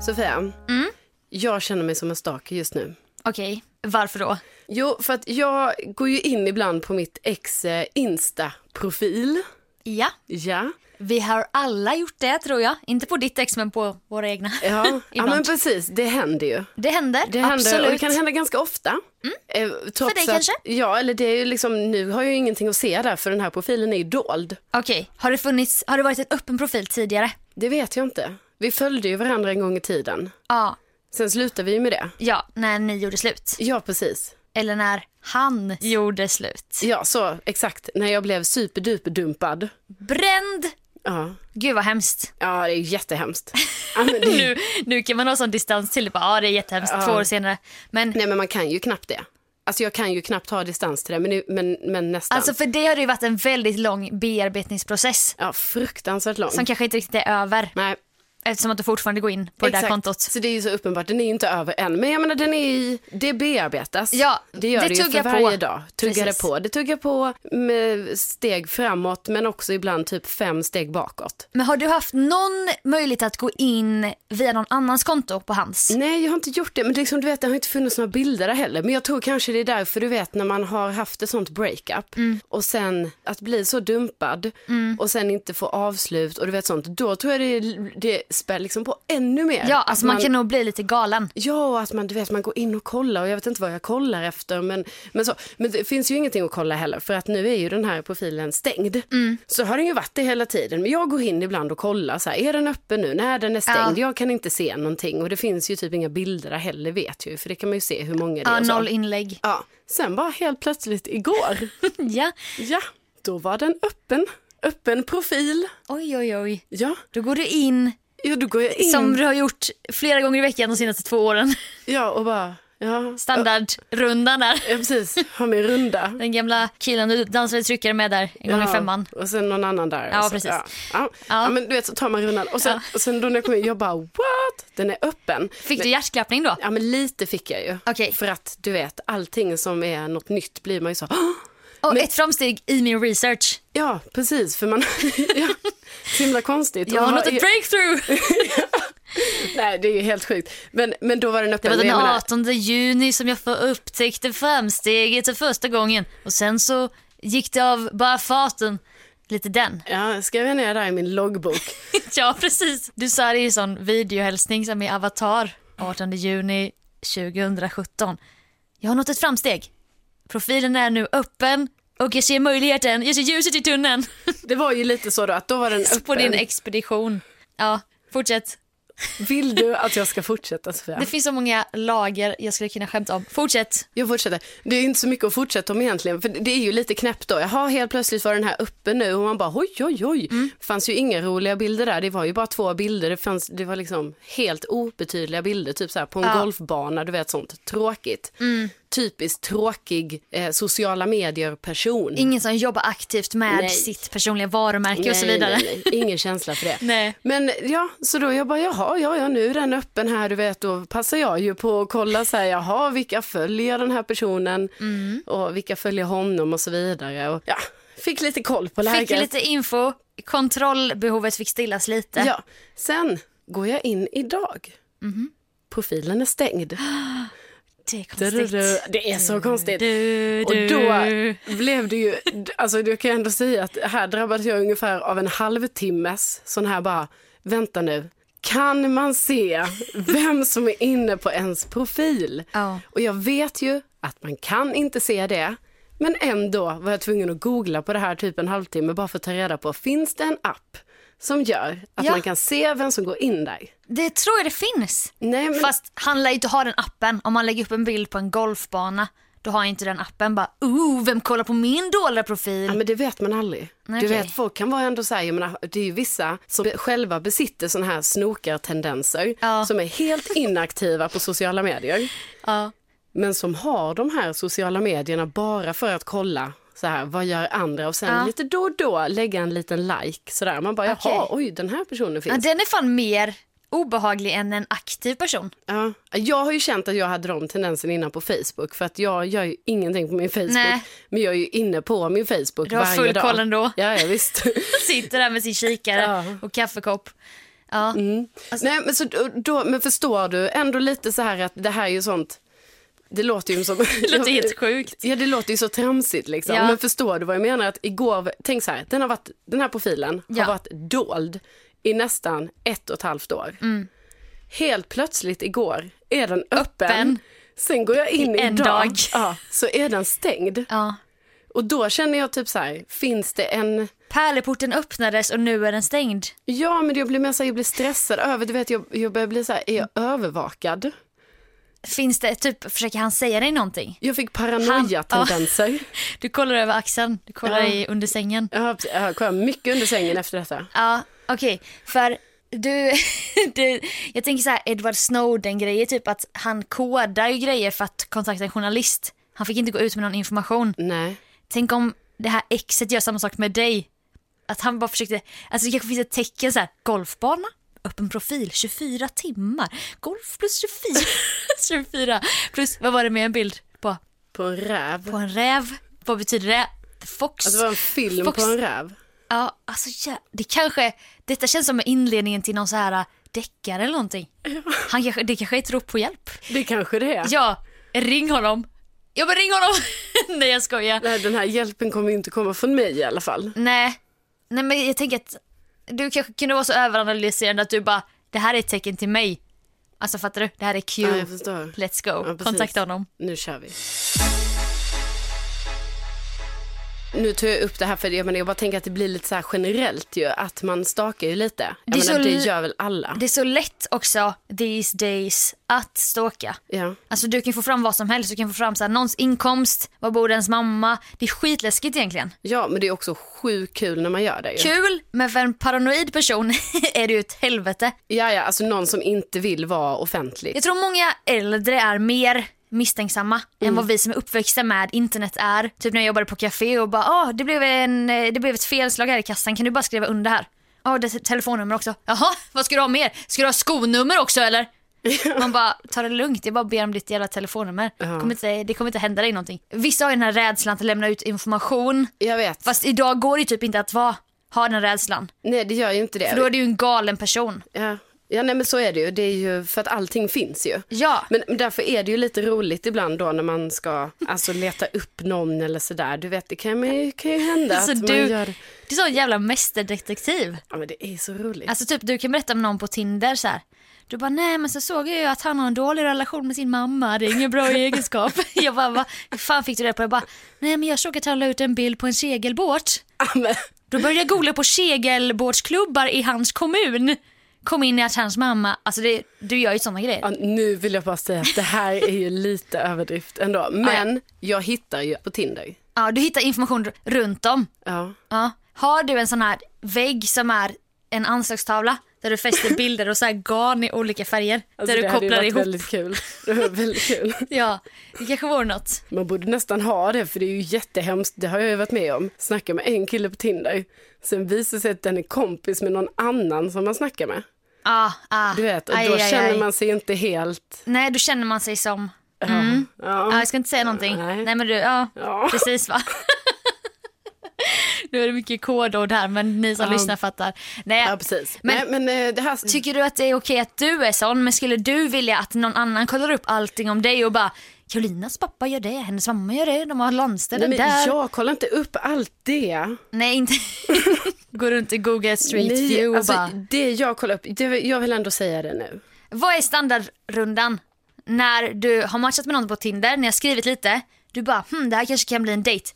B: Sofia,
A: Mm.
B: jag känner mig som en stalker just nu.
A: Okej, varför då?
B: Jo, för att jag går ju in ibland på mitt ex eh, Insta-profil.
A: Ja,
B: Ja.
A: vi har alla gjort det tror jag. Inte på ditt ex men på våra egna.
B: Ja. ja,
A: Ibland.
B: men precis. Det händer ju.
A: Det händer,
B: Det händer,
A: absolut. Mm.
B: och det kan hända ganska ofta. Eh, trots
A: dig
B: att,
A: kanske?
B: Ja, eller det är ju liksom, nu har jag ju ingenting att se där för den här profilen är ju dold.
A: Okej, har det funnits, har det varit en öppen profil tidigare?
B: Det vet jag inte. Vi följde ju varandra en gång i tiden.
A: Ja,
B: Sen slutade vi ju med det.
A: ja, när ni gjorde slut.
B: Ja, precis.
A: Eller när han gjorde slut.
B: Ja, så exakt. När jag blev superduperdumpad.
A: Bränd!
B: Ja.
A: Gud vad hemskt.
B: ja, det är ju jättehemskt. Ja, men det,
A: Nu, nu kan man ha sån distans till det. Bara, Ja, det är jättehemskt. Två år senare. Men
B: Nej, men man kan ju knappt det. Alltså jag kan ju knappt ha distans till det, men, men, men nästan.
A: alltså för det har det ju varit en väldigt lång bearbetningsprocess.
B: ja, fruktansvärt långt.
A: Som kanske inte riktigt är över.
B: Nej,
A: Eftersom att du fortfarande går in på det där
B: Exakt.
A: kontot.
B: Så det är ju så uppenbart, den är ju inte över än. Men jag menar den är i, det bearbetas.
A: Ja,
B: det gör
A: det
B: det, ju
A: tuggar
B: för
A: på.
B: varje dag. Tuggar
A: Precis.
B: det på. Det tuggar på med steg framåt men också ibland typ fem steg bakåt.
A: Men har du haft någon möjlighet att gå in via någon annans konto på hans?
B: Nej, jag har inte gjort det. Men liksom, du vet, det har inte funnits några bilder där heller. Men jag tror kanske det är därför du vet när man har haft ett sånt breakup
A: Mm.
B: och sen att bli så dumpad och sen inte få avslut och du vet sånt. Då tror jag det, det spär liksom på ännu mer.
A: Ja,
B: Att
A: alltså man kan nog bli lite galen.
B: Ja, och att man, du vet, man går in och kollar och jag vet inte vad jag kollar efter. Men, men, så, men det finns ju ingenting att kolla heller för att nu är ju den här profilen stängd.
A: Mm.
B: Så har den ju varit det hela tiden. Men jag går in ibland och kollar, så här, är den öppen nu? Nej, den är stängd. Jag kan inte se någonting och det finns ju typ inga bilder där heller vet jag ju. För det kan man ju se hur många det
A: Ja,
B: är. Och
A: noll
B: så.
A: inlägg.
B: Ja. Sen bara helt plötsligt igår,
A: Ja.
B: ja, då var den öppen. Öppen profil.
A: Oj, oj, oj.
B: Ja,
A: Då går du in,
B: ja då går jag in
A: som du har gjort flera gånger i veckan de senaste två åren.
B: Mm. ja, och bara, ja,
A: Standardrundan där.
B: ja precis, har min runda.
A: Den gamla killen du dansade tryckare med där en gång i femman.
B: Och sen någon annan där.
A: Ja,
B: Och så,
A: precis.
B: Ja. Ja.
A: Ja.
B: Ja. men du vet så tar man rundan och sen, och sen då när jag kom in, jag bara what? Den är öppen.
A: Fick du hjärtklappning då?
B: Ja men lite fick jag ju.
A: Okej.
B: För att du vet allting som är något nytt blir man ju så, "Åh!"
A: Och ett framsteg i min research.
B: ja precis för man, ja, så himla konstigt.
A: Jag
B: Och
A: har nått
B: vad
A: ett
B: är-
A: breakthrough!
B: Nej det är ju helt sjukt. Men, men då var den
A: Det
B: öppen.
A: var
B: Men
A: den
B: jag menar-
A: 18 juni som jag för- upptäckte framsteget för första gången. Och sen så gick det av bara farten. Lite den.
B: Ja, skrev jag ner där i min loggbok.
A: Ja, precis. Du sa det i sån videohälsning som i Avatar 18 juni 2017. Jag har nått ett framsteg. Profilen är nu öppen och jag ser möjligheten, jag ser ljuset i tunneln
B: Det var ju lite så då att då var den öppen.
A: på din expedition. Ja, fortsätt.
B: Vill du att jag ska fortsätta Sofia?
A: Det finns så många lager jag skulle kunna skämta om. Fortsätt.
B: Jag fortsätter. Det är inte så mycket att fortsätta om egentligen. För det är ju lite knäppt då. Jaha, helt plötsligt var den här uppe nu och man bara oj, oj, oj. Det fanns ju inga roliga bilder där. Det var ju bara två bilder. Det, fanns, det var liksom helt obetydliga bilder. Typ så här på en
A: Ja.
B: golfbana, du vet sånt. Tråkigt. Typiskt tråkig eh, sociala medier-person.
A: Ingen som jobbar aktivt med
B: Nej.
A: sitt personliga varumärke och så vidare.
B: Nej, nej, ingen känsla för det.
A: Nej.
B: Men ja, så då jag bara jaha, ja, ja, nu är den öppen här, du vet, då passar jag ju på att kolla så här, jaha, vilka följer den här personen
A: Mm.
B: och vilka följer honom och så vidare. Och, ja, fick lite koll på läget.
A: Fick lite info, kontrollbehovet fick stillas lite.
B: Ja, sen går jag in idag.
A: Mm-hmm.
B: Profilen är stängd.
A: Det är konstigt.
B: Det är så konstigt.
A: Du,
B: Och
A: du.
B: då blev det ju, alltså jag kan ändå säga att här drabbades jag ungefär av en halvtimmes sån här bara, vänta nu, kan man se vem som är inne på ens profil?
A: Ja.
B: Och jag vet ju att man kan inte se det, men ändå var jag tvungen att googla på det här typ en halvtimme bara för att ta reda på, finns det en app som gör att
A: Ja.
B: man kan se vem som går in där?
A: Det tror jag det finns.
B: Nej, men
A: Fast han lär ju inte ha den appen. Om man lägger upp en bild på en golfbana, då har han inte den appen. Bara, ooh, vem kollar på min dåliga profil?
B: Ja, men det vet man aldrig.
A: Nej,
B: Du
A: okej.
B: vet, folk kan vara ändå så här, jag menar, det är ju vissa som be- själva besitter sådana här snokartendenser
A: Ja.
B: som är helt inaktiva på sociala medier,
A: Ja.
B: men som har de här sociala medierna bara för att kolla så här, vad gör andra och sen
A: Ja.
B: lite då och då lägga en liten like sådär. Man bara, jaha,
A: Okej.
B: oj, den här personen
A: Ja,
B: finns.
A: den är fan mer obehaglig än en aktiv person.
B: Ja. Jag har ju känt att jag hade de tendenserna innan på Facebook för att jag gör ju ingenting på min Facebook,
A: Nej.
B: men jag är ju inne på min Facebook
A: Du har
B: varje
A: full
B: dag.
A: koll ändå.
B: Ja, ja, visst.
A: Sitter där med sin kikare
B: Ja.
A: och kaffekopp. Ja.
B: Nej, men, så, då, men förstår du ändå lite så här att det här är ju sånt, det låter ju som...
A: Det låter helt sjukt.
B: Ja, det låter ju så tramsigt liksom.
A: Ja.
B: Men förstår du vad jag menar? Att igår, tänk så här, den, har varit, den här profilen
A: Ja.
B: har varit dold i nästan ett och ett halvt år.
A: Mm.
B: Helt plötsligt igår är den öppen.
A: Öppen.
B: Sen går jag in
A: I en
B: idag,
A: dag.
B: Ja, så är den stängd.
A: Ja.
B: Och då känner jag typ så här, finns det en...
A: Pärleporten öppnades och nu är den stängd.
B: Ja, men jag blir mer så här, jag blir stressad över, du vet, jag, jag börjar bli så här, är jag övervakad?
A: Finns det, typ, försöker han säga dig någonting?
B: Jag fick paranoia-tendenser.
A: Du kollar över axeln, du kollar
B: Ja.
A: i, under sängen.
B: Jag har- Jag har kollat mycket under sängen efter detta.
A: Ja, okej. För du, du, jag tänker så här Edward Snowden-grejer, typ att han kodar ju grejer för att kontakta en journalist. Han fick inte gå ut med någon information.
B: Nej.
A: Tänk om det här exet gör samma sak med dig. Att han bara försökte, alltså det kanske finns ett tecken så här, golfbana, öppen profil, 24 timmar, golf plus 24, 24 plus, vad var det med en bild på?
B: På en räv.
A: På en räv, vad betyder det? Fox?
B: Alltså det var en film
A: Fox.
B: på en räv.
A: Ja, alltså ja, det kanske, detta känns som inledningen till någon så här äh, deckare eller någonting. Han kanske, det kanske är ett rop på hjälp.
B: Det kanske det är.
A: Ja, ring honom. Ja men ring honom! Nej jag skojar.
B: Nej, den här hjälpen kommer ju inte komma från mig i alla fall.
A: Nej. Nej men jag tänker att du kanske kunde vara så överanalyserande att du bara, det här är ett tecken till mig. Alltså fattar du? Det här är Q.
B: Ja, jag förstår.
A: Let's go.
B: Ja, precis.
A: Kontakta honom.
B: Nu kör vi. Nu tar jag upp det här för jag, menar, jag bara tänker att det blir lite så här generellt ju, att man stakar ju lite. Jag
A: Det är
B: menar,
A: så
B: det
A: l-
B: gör väl alla?
A: Det är så lätt också these days att stalka.
B: Ja.
A: Alltså du kan få fram vad som helst, du kan få fram så här, någons inkomst, var bor ens mamma. Det är skitläskigt egentligen.
B: ja, men det är också sjukt kul när man gör det ju.
A: Kul, men för en paranoid person är det ju ett helvete.
B: Ja, ja, alltså någon som inte vill vara offentlig.
A: Jag tror många äldre är mer misstänksamma
B: Mm.
A: än vad vi som är uppväxta med internet är. Typ när jag jobbade på café och bara ah, det, blev en, eh, det blev ett felslag här i kassan, kan du bara skriva under här? Ja, ah, det är telefonnummer också. Jaha, vad ska du ha mer? Ska du ha skonummer också eller? Man bara, ta det lugnt, jag bara ber om ditt jävla telefonnummer. Det, kommer inte, det kommer inte hända dig någonting. Vissa har ju den här rädslan att lämna ut information.
B: Jag vet.
A: Fast idag går det ju typ inte att vara, ha den rädslan.
B: Nej, det gör ju inte det.
A: För då är du ju en galen person.
B: Ja, ja nej, men så är det ju. Det är ju för att allting finns ju.
A: Ja.
B: Men men därför är det ju lite roligt ibland då när man ska alltså, leta upp någon eller sådär. Du vet, det kan, ju- kan ju hända
A: Alltså,
B: att
A: du,
B: man gör...
A: du är sån jävla mästerdetektiv.
B: Ja, men det är så roligt.
A: Alltså typ du kan berätta om någon på Tinder så här. Du bara nej men så såg jag ju att han har en dålig relation med sin mamma, det är ingen bra egenskap. Jag bara va? Hur fan fick du det på? Jag bara nej men jag såg att han la ut en bild på en segelbåt.
B: Ja, men,
A: Då började jag googla på segelbåtsklubbar i hans kommun. kom in i att hans mamma, alltså det, du gör ju sådana grejer.
B: Ja, nu vill jag bara säga att det här är ju lite överdrift ändå. Men jag hittar ju på Tinder.
A: Ja, du hittar information r- runt dem.
B: Ja.
A: Ja. Har du en sån här vägg som är en anslagstavla där du fäster bilder och så här garn i olika färger
B: Alltså,
A: där du
B: det hade ju
A: kopplar
B: varit
A: ihop?
B: väldigt kul. Det var väldigt kul.
A: Ja, det kanske vore något.
B: Man borde nästan ha det, för det är ju jättehemskt. Det har jag ju varit med om. Snacka med en kille på Tinder. Sen visar det sig att den är kompis med någon annan som man snackar med.
A: Ja, ja.
B: Du vet, och då
A: Ah, Aj, aj,
B: känner
A: aj.
B: man sig inte helt...
A: Nej, då känner man sig som...
B: Ja.
A: Ja,
B: Ja.
A: jag ska inte säga någonting.
B: Nej.
A: Nej, men du, ja,
B: Ja.
A: precis va? nu är det mycket kodord här men ni som
B: Ja.
A: lyssnar fattar. Nej,
B: ja, precis.
A: Men-
B: Men, Nej, men eh, det här...
A: Tycker du att det är okej att du är sån men skulle du vilja att någon annan kollar upp allting om dig och bara Karolinas pappa gör det, hennes mamma gör det, de har landställen
B: Nej, men
A: där.
B: jag kollar inte upp allt det.
A: Nej inte, gå runt och googla street
B: Nej,
A: view och
B: alltså,
A: bara.
B: Det jag kollar upp, det, jag vill ändå säga det nu.
A: Vad är standardrundan? När du har matchat med någon på Tinder, ni har skrivit lite, du bara hm det här kanske kan bli en dejt.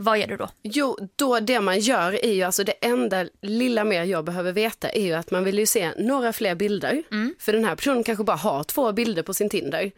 A: Vad gör du då?
B: Jo, då det man gör är ju alltså det enda lilla mer jag behöver veta är ju att man vill ju se några fler bilder. För den här personen kanske bara har två bilder på sin Tinder.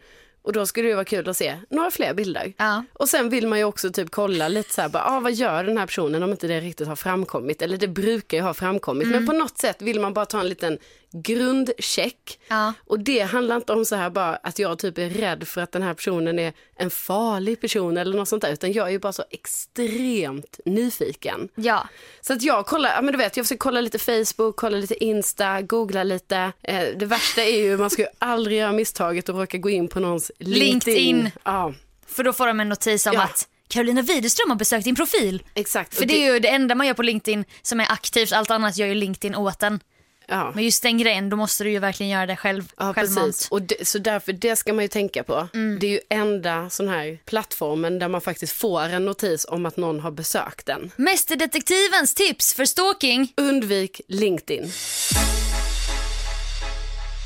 B: Och då skulle det ju vara kul att se några fler bilder.
A: Ja.
B: Och sen vill man ju också typ kolla lite så här, bara, ah, vad gör den här personen om inte det riktigt har framkommit? Eller det brukar ju ha framkommit.
A: Mm.
B: Men på något sätt vill man bara ta en liten grundcheck.
A: Ja.
B: Och det handlar inte om så här bara att jag typ är rädd för att den här personen är en farlig person eller något sånt där. Utan jag är ju bara så extremt nyfiken.
A: Ja,
B: Så att jag kollar, ja men du vet jag försöker kolla lite Facebook, kolla lite Insta, googla lite. Eh, det värsta är ju, man ska ju aldrig göra misstaget att råka gå in på någons LinkedIn.
A: LinkedIn.
B: Ja,
A: för då får de en notis om
B: Ja.
A: att Karolina Widerström har besökt din profil.
B: exakt.
A: För
B: Och
A: det är ju det enda man gör på LinkedIn som är aktivt, allt annat gör ju LinkedIn åt en.
B: ja.
A: Men just den grejen, då måste du ju verkligen göra det själv.
B: Ja,
A: självmant. Mm.
B: precis. Och det, så därför, det ska man ju tänka på. Det är ju enda sån här plattformen där man faktiskt får en notis om att någon har besökt den.
A: Mästerdetektivens tips för stalking.
B: Undvik LinkedIn.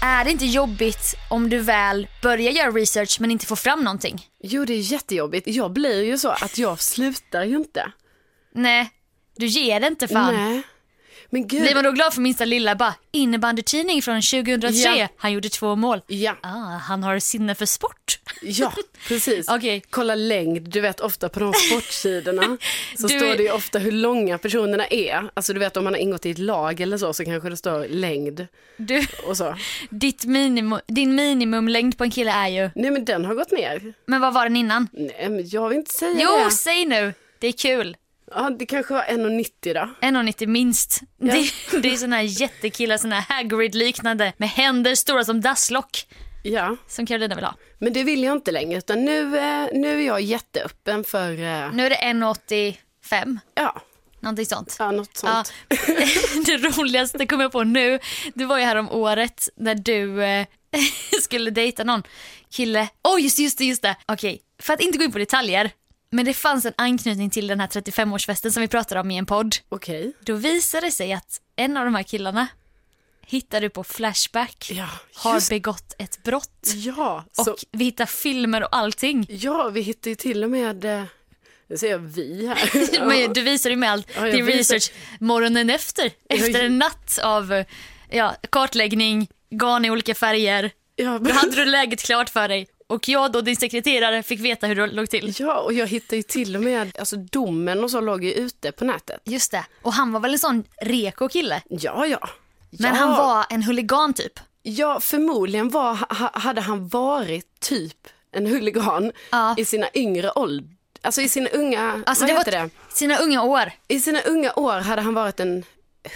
A: Är det inte jobbigt om du väl börjar göra research men inte får fram någonting?
B: Jo, det är jättejobbigt. Jag blir ju så att jag slutar ju inte.
A: Nej, du ger det inte fan.
B: Nej. Men gud.
A: Blir man då glad för minsta lilla bara innebandytidning från 2003,
B: Ja.
A: han gjorde två mål.
B: Ja,
A: Ah, han har sinne för sport.
B: ja, precis.
A: Okej.
B: Kolla längd. Du vet ofta på de sportsidorna så
A: Du-
B: står det ju ofta hur långa personerna är. Alltså du vet om man har ingått i ett lag eller så så kanske det står längd
A: Du,
B: och så.
A: ditt minimum, din minimumlängd på en kille är ju,
B: Nej men den har gått ner.
A: men vad var den innan?
B: Nej men jag vill inte säga
A: Jo,
B: det.
A: säg nu, det är kul.
B: Ja, det kanske var 1,90 då.
A: 1,90 minst. Det, det är såna här jättekillar, såna här Hagrid-liknande med händer stora som dasslock
B: Ja,
A: som Karolina vill ha.
B: men det vill jag inte längre utan nu, eh, nu är jag jätteöppen för, eh,
A: Nu är det 1,85,
B: ja,
A: någonting sånt.
B: ja något sånt.
A: Ja. Det roligaste kom jag på nu, det var ju här om året när du eh, skulle dejta någon kille. Åh oh, just det, just det, just det. Okej, för att inte gå in på detaljer. Men det fanns en anknytning till den här 35-årsfesten som vi pratade om i en podd.
B: Okej.
A: Då visade det sig att en av de här killarna hittade på Flashback
B: Ja,
A: har
B: just-
A: begått ett brott.
B: Ja,
A: Och
B: så,
A: vi hittar filmer och allting.
B: ja, vi hittar ju till och med, eh, nu säger jag vi här.
A: Men du visar ju med allt
B: Ja, jag
A: din
B: visar-
A: research morgonen efter. Efter en natt av eh, ja, kartläggning, garn i olika färger.
B: ja,
A: Då
B: men,
A: hade du läget klart för dig. Och jag då, din sekreterare, fick veta hur du låg till.
B: ja, och jag hittar ju till och med, alltså domen och så låg ju ute på nätet.
A: Just det. Och han var väl en sån reko kille.
B: Ja, ja.
A: Men
B: ja.
A: han var en huligan typ.
B: Ja, förmodligen var, ha, hade han varit typ en huligan
A: Ja.
B: i sina yngre ålder. Alltså i sina unga,
A: Alltså,
B: vad
A: det var
B: heter det?
A: Sina unga år.
B: I sina unga år hade han varit en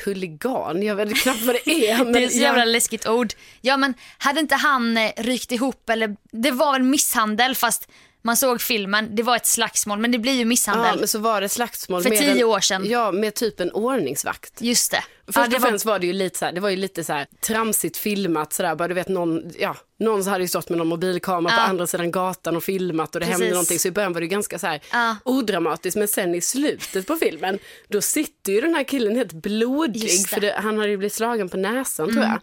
B: huligan. Jag vet knappt vad det är. Men
A: Det är så jävla
B: jag,
A: läskigt ord. Ja men hade inte han eh, rykt ihop eller det var en misshandel fast man såg filmen, det var ett slagsmål men det blir ju
B: ja,
A: misshandel.
B: men så var det slagsmål.
A: För
B: med
A: tio
B: en,
A: år sedan.
B: Ja, med typ en ordningsvakt.
A: Just det.
B: Först
A: Ja,
B: och
A: det var,
B: främst var det ju lite så här, det var ju lite så här tramsigt filmat sådär, bara du vet någon, ja, någon så hade ju stått med någon mobilkamera
A: Ja.
B: på andra sidan gatan och filmat och det hände
A: Precis.
B: någonting så i början var det ju ganska så här
A: Ja.
B: odramatiskt men sen i slutet på filmen då sitter ju den här killen helt blodig
A: Just det. Mm.
B: för det, han hade ju blivit slagen på näsan tror jag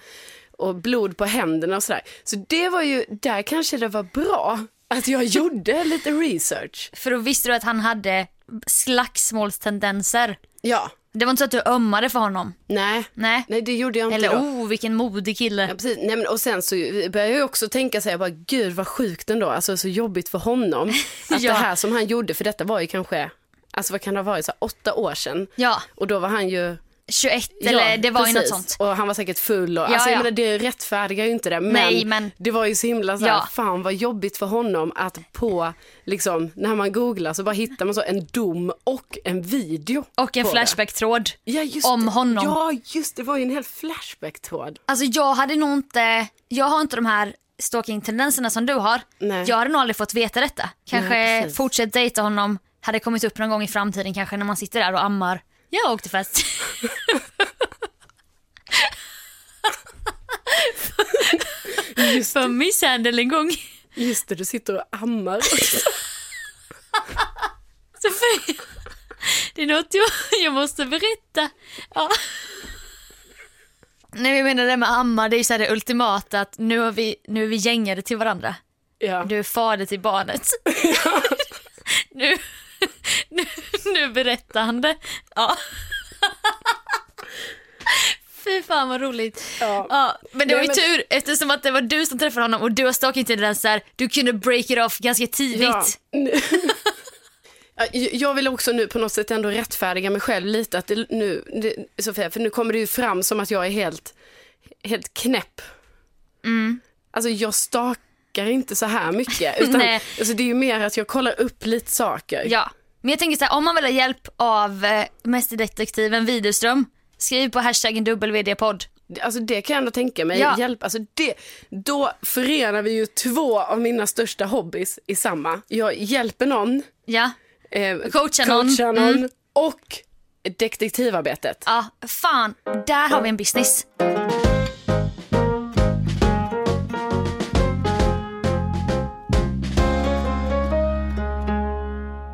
B: och blod på händerna och sådär. Så det var ju, där kanske det var bra att jag gjorde lite research.
A: för då visste du att han hade slagsmålstendenser.
B: Ja,
A: Det var inte så att du ömmade för honom?
B: Nej,
A: Nej.
B: nej det gjorde jag inte
A: Eller
B: då.
A: oh vilken modig
B: Ja,
A: kille.
B: precis. Nej, men, och sen så började jag ju också tänka så här, jag bara, gud vad sjukt ändå, alltså så jobbigt för honom. Att
A: Ja.
B: det här som han gjorde, för detta var ju kanske, alltså vad kan det ha varit, så här, åtta år sedan.
A: Ja,
B: Och då var han ju,
A: 21 eller
B: ja,
A: det var ju något
B: precis.
A: sånt.
B: Och han var säkert full och,
A: Ja,
B: alltså
A: ja.
B: jag menar det rättfärdigar ju inte det. Men,
A: Nej, men-
B: det var ju så himla så här,
A: Ja.
B: fan vad jobbigt för honom att på, liksom, när man googlar så bara hittar man så en dom och en video.
A: Och en
B: på det.
A: flashback-tråd.
B: Ja, just
A: om
B: det.
A: honom.
B: Ja, just det, var ju en hel flashback-tråd.
A: Alltså jag hade nog inte, jag har inte de här stalking-tendenserna som du har.
B: Nej.
A: Jag hade nog aldrig fått veta detta. Kanske
B: Nej, precis.
A: fortsätt dejta honom, hade kommit upp någon gång i framtiden kanske när man sitter där och ammar. Jag åkte fast.
B: Just
A: För misshandel en gång.
B: Just det, du sitter och ammar.
A: Så för- Det är något jag, jag måste berätta. Ja. Nej men jag menar det med amma, det är ju så här det ultimata att nu, har vi, nu är vi gängade till varandra.
B: Ja.
A: Du är fader till barnet. nu, nu, nu berättar han det. Ja. Fy fan vad roligt.
B: Ja.
A: men det var ju
B: Nej,
A: tur eftersom att det var du som träffade honom och du har stalkingtendenser. Du kunde break it off ganska tidigt.
B: Ja. Ja, Jag vill också nu på något sätt ändå rättfärdiga mig själv lite. Att det, nu, det, Sofia, för nu kommer det ju fram som att jag är helt, helt knäpp.
A: Mm.
B: Alltså jag stakar inte så här mycket. Utan,
A: Nej.
B: alltså, det är ju mer att jag kollar upp lite saker.
A: Ja, men jag tänker så här, om man vill ha hjälp av eh, mästerdetektiven Widerström, skriv på hashtaggen wd-podd.
B: Alltså det kan jag ändå tänka mig.
A: Ja.
B: Hjälp, alltså det, då förenar vi ju två av mina största hobbies i samma. Jag hjälper någon,
A: Ja,
B: eh,
A: Coachar någon.
B: coachar någon
A: Mm.
B: och detektivarbetet.
A: ja, fan, där har vi en business.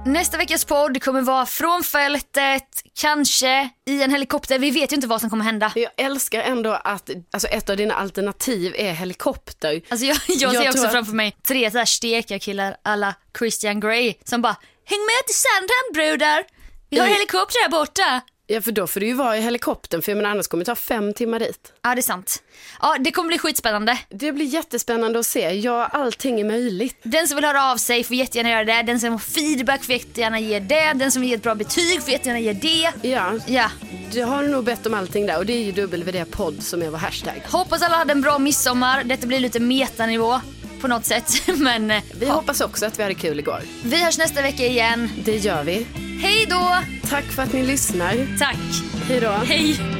A: Nästa veckas podd kommer vara från fältet, kanske i en helikopter. Vi vet ju inte vad som kommer hända.
B: Jag älskar ändå att alltså ett av dina alternativ är helikopter.
A: Alltså jag, jag
B: Jag
A: ser
B: tror
A: också
B: att-
A: framför mig tre så här stekiga killar alla Christian Grey som bara häng med till Sandhamn brudar. Vi har
B: Mm.
A: helikopter här borta.
B: Ja, för då får du ju vara i helikoptern för jag menar, annars kommer det ta fem timmar dit.
A: Ja det är sant. Ja det kommer bli skitspännande.
B: Det blir jättespännande att se. Ja, allting är möjligt.
A: Den som vill höra av sig får jättegärna göra det. Den som har feedback får jättegärna ge det. Den som vill ge ett bra betyg får jättegärna ge det.
B: Ja,
A: Ja,
B: du har nog bett om allting där och det är ju WD-podd som är vår hashtag.
A: hoppas alla hade en bra midsommar. Detta blir lite metanivå på något sätt. Men eh,
B: Vi hoppas också att vi hade kul igår.
A: vi hörs nästa vecka igen.
B: Det gör vi.
A: Hej då!
B: Tack för att ni lyssnar.
A: Tack.
B: Hej då.
A: Hej!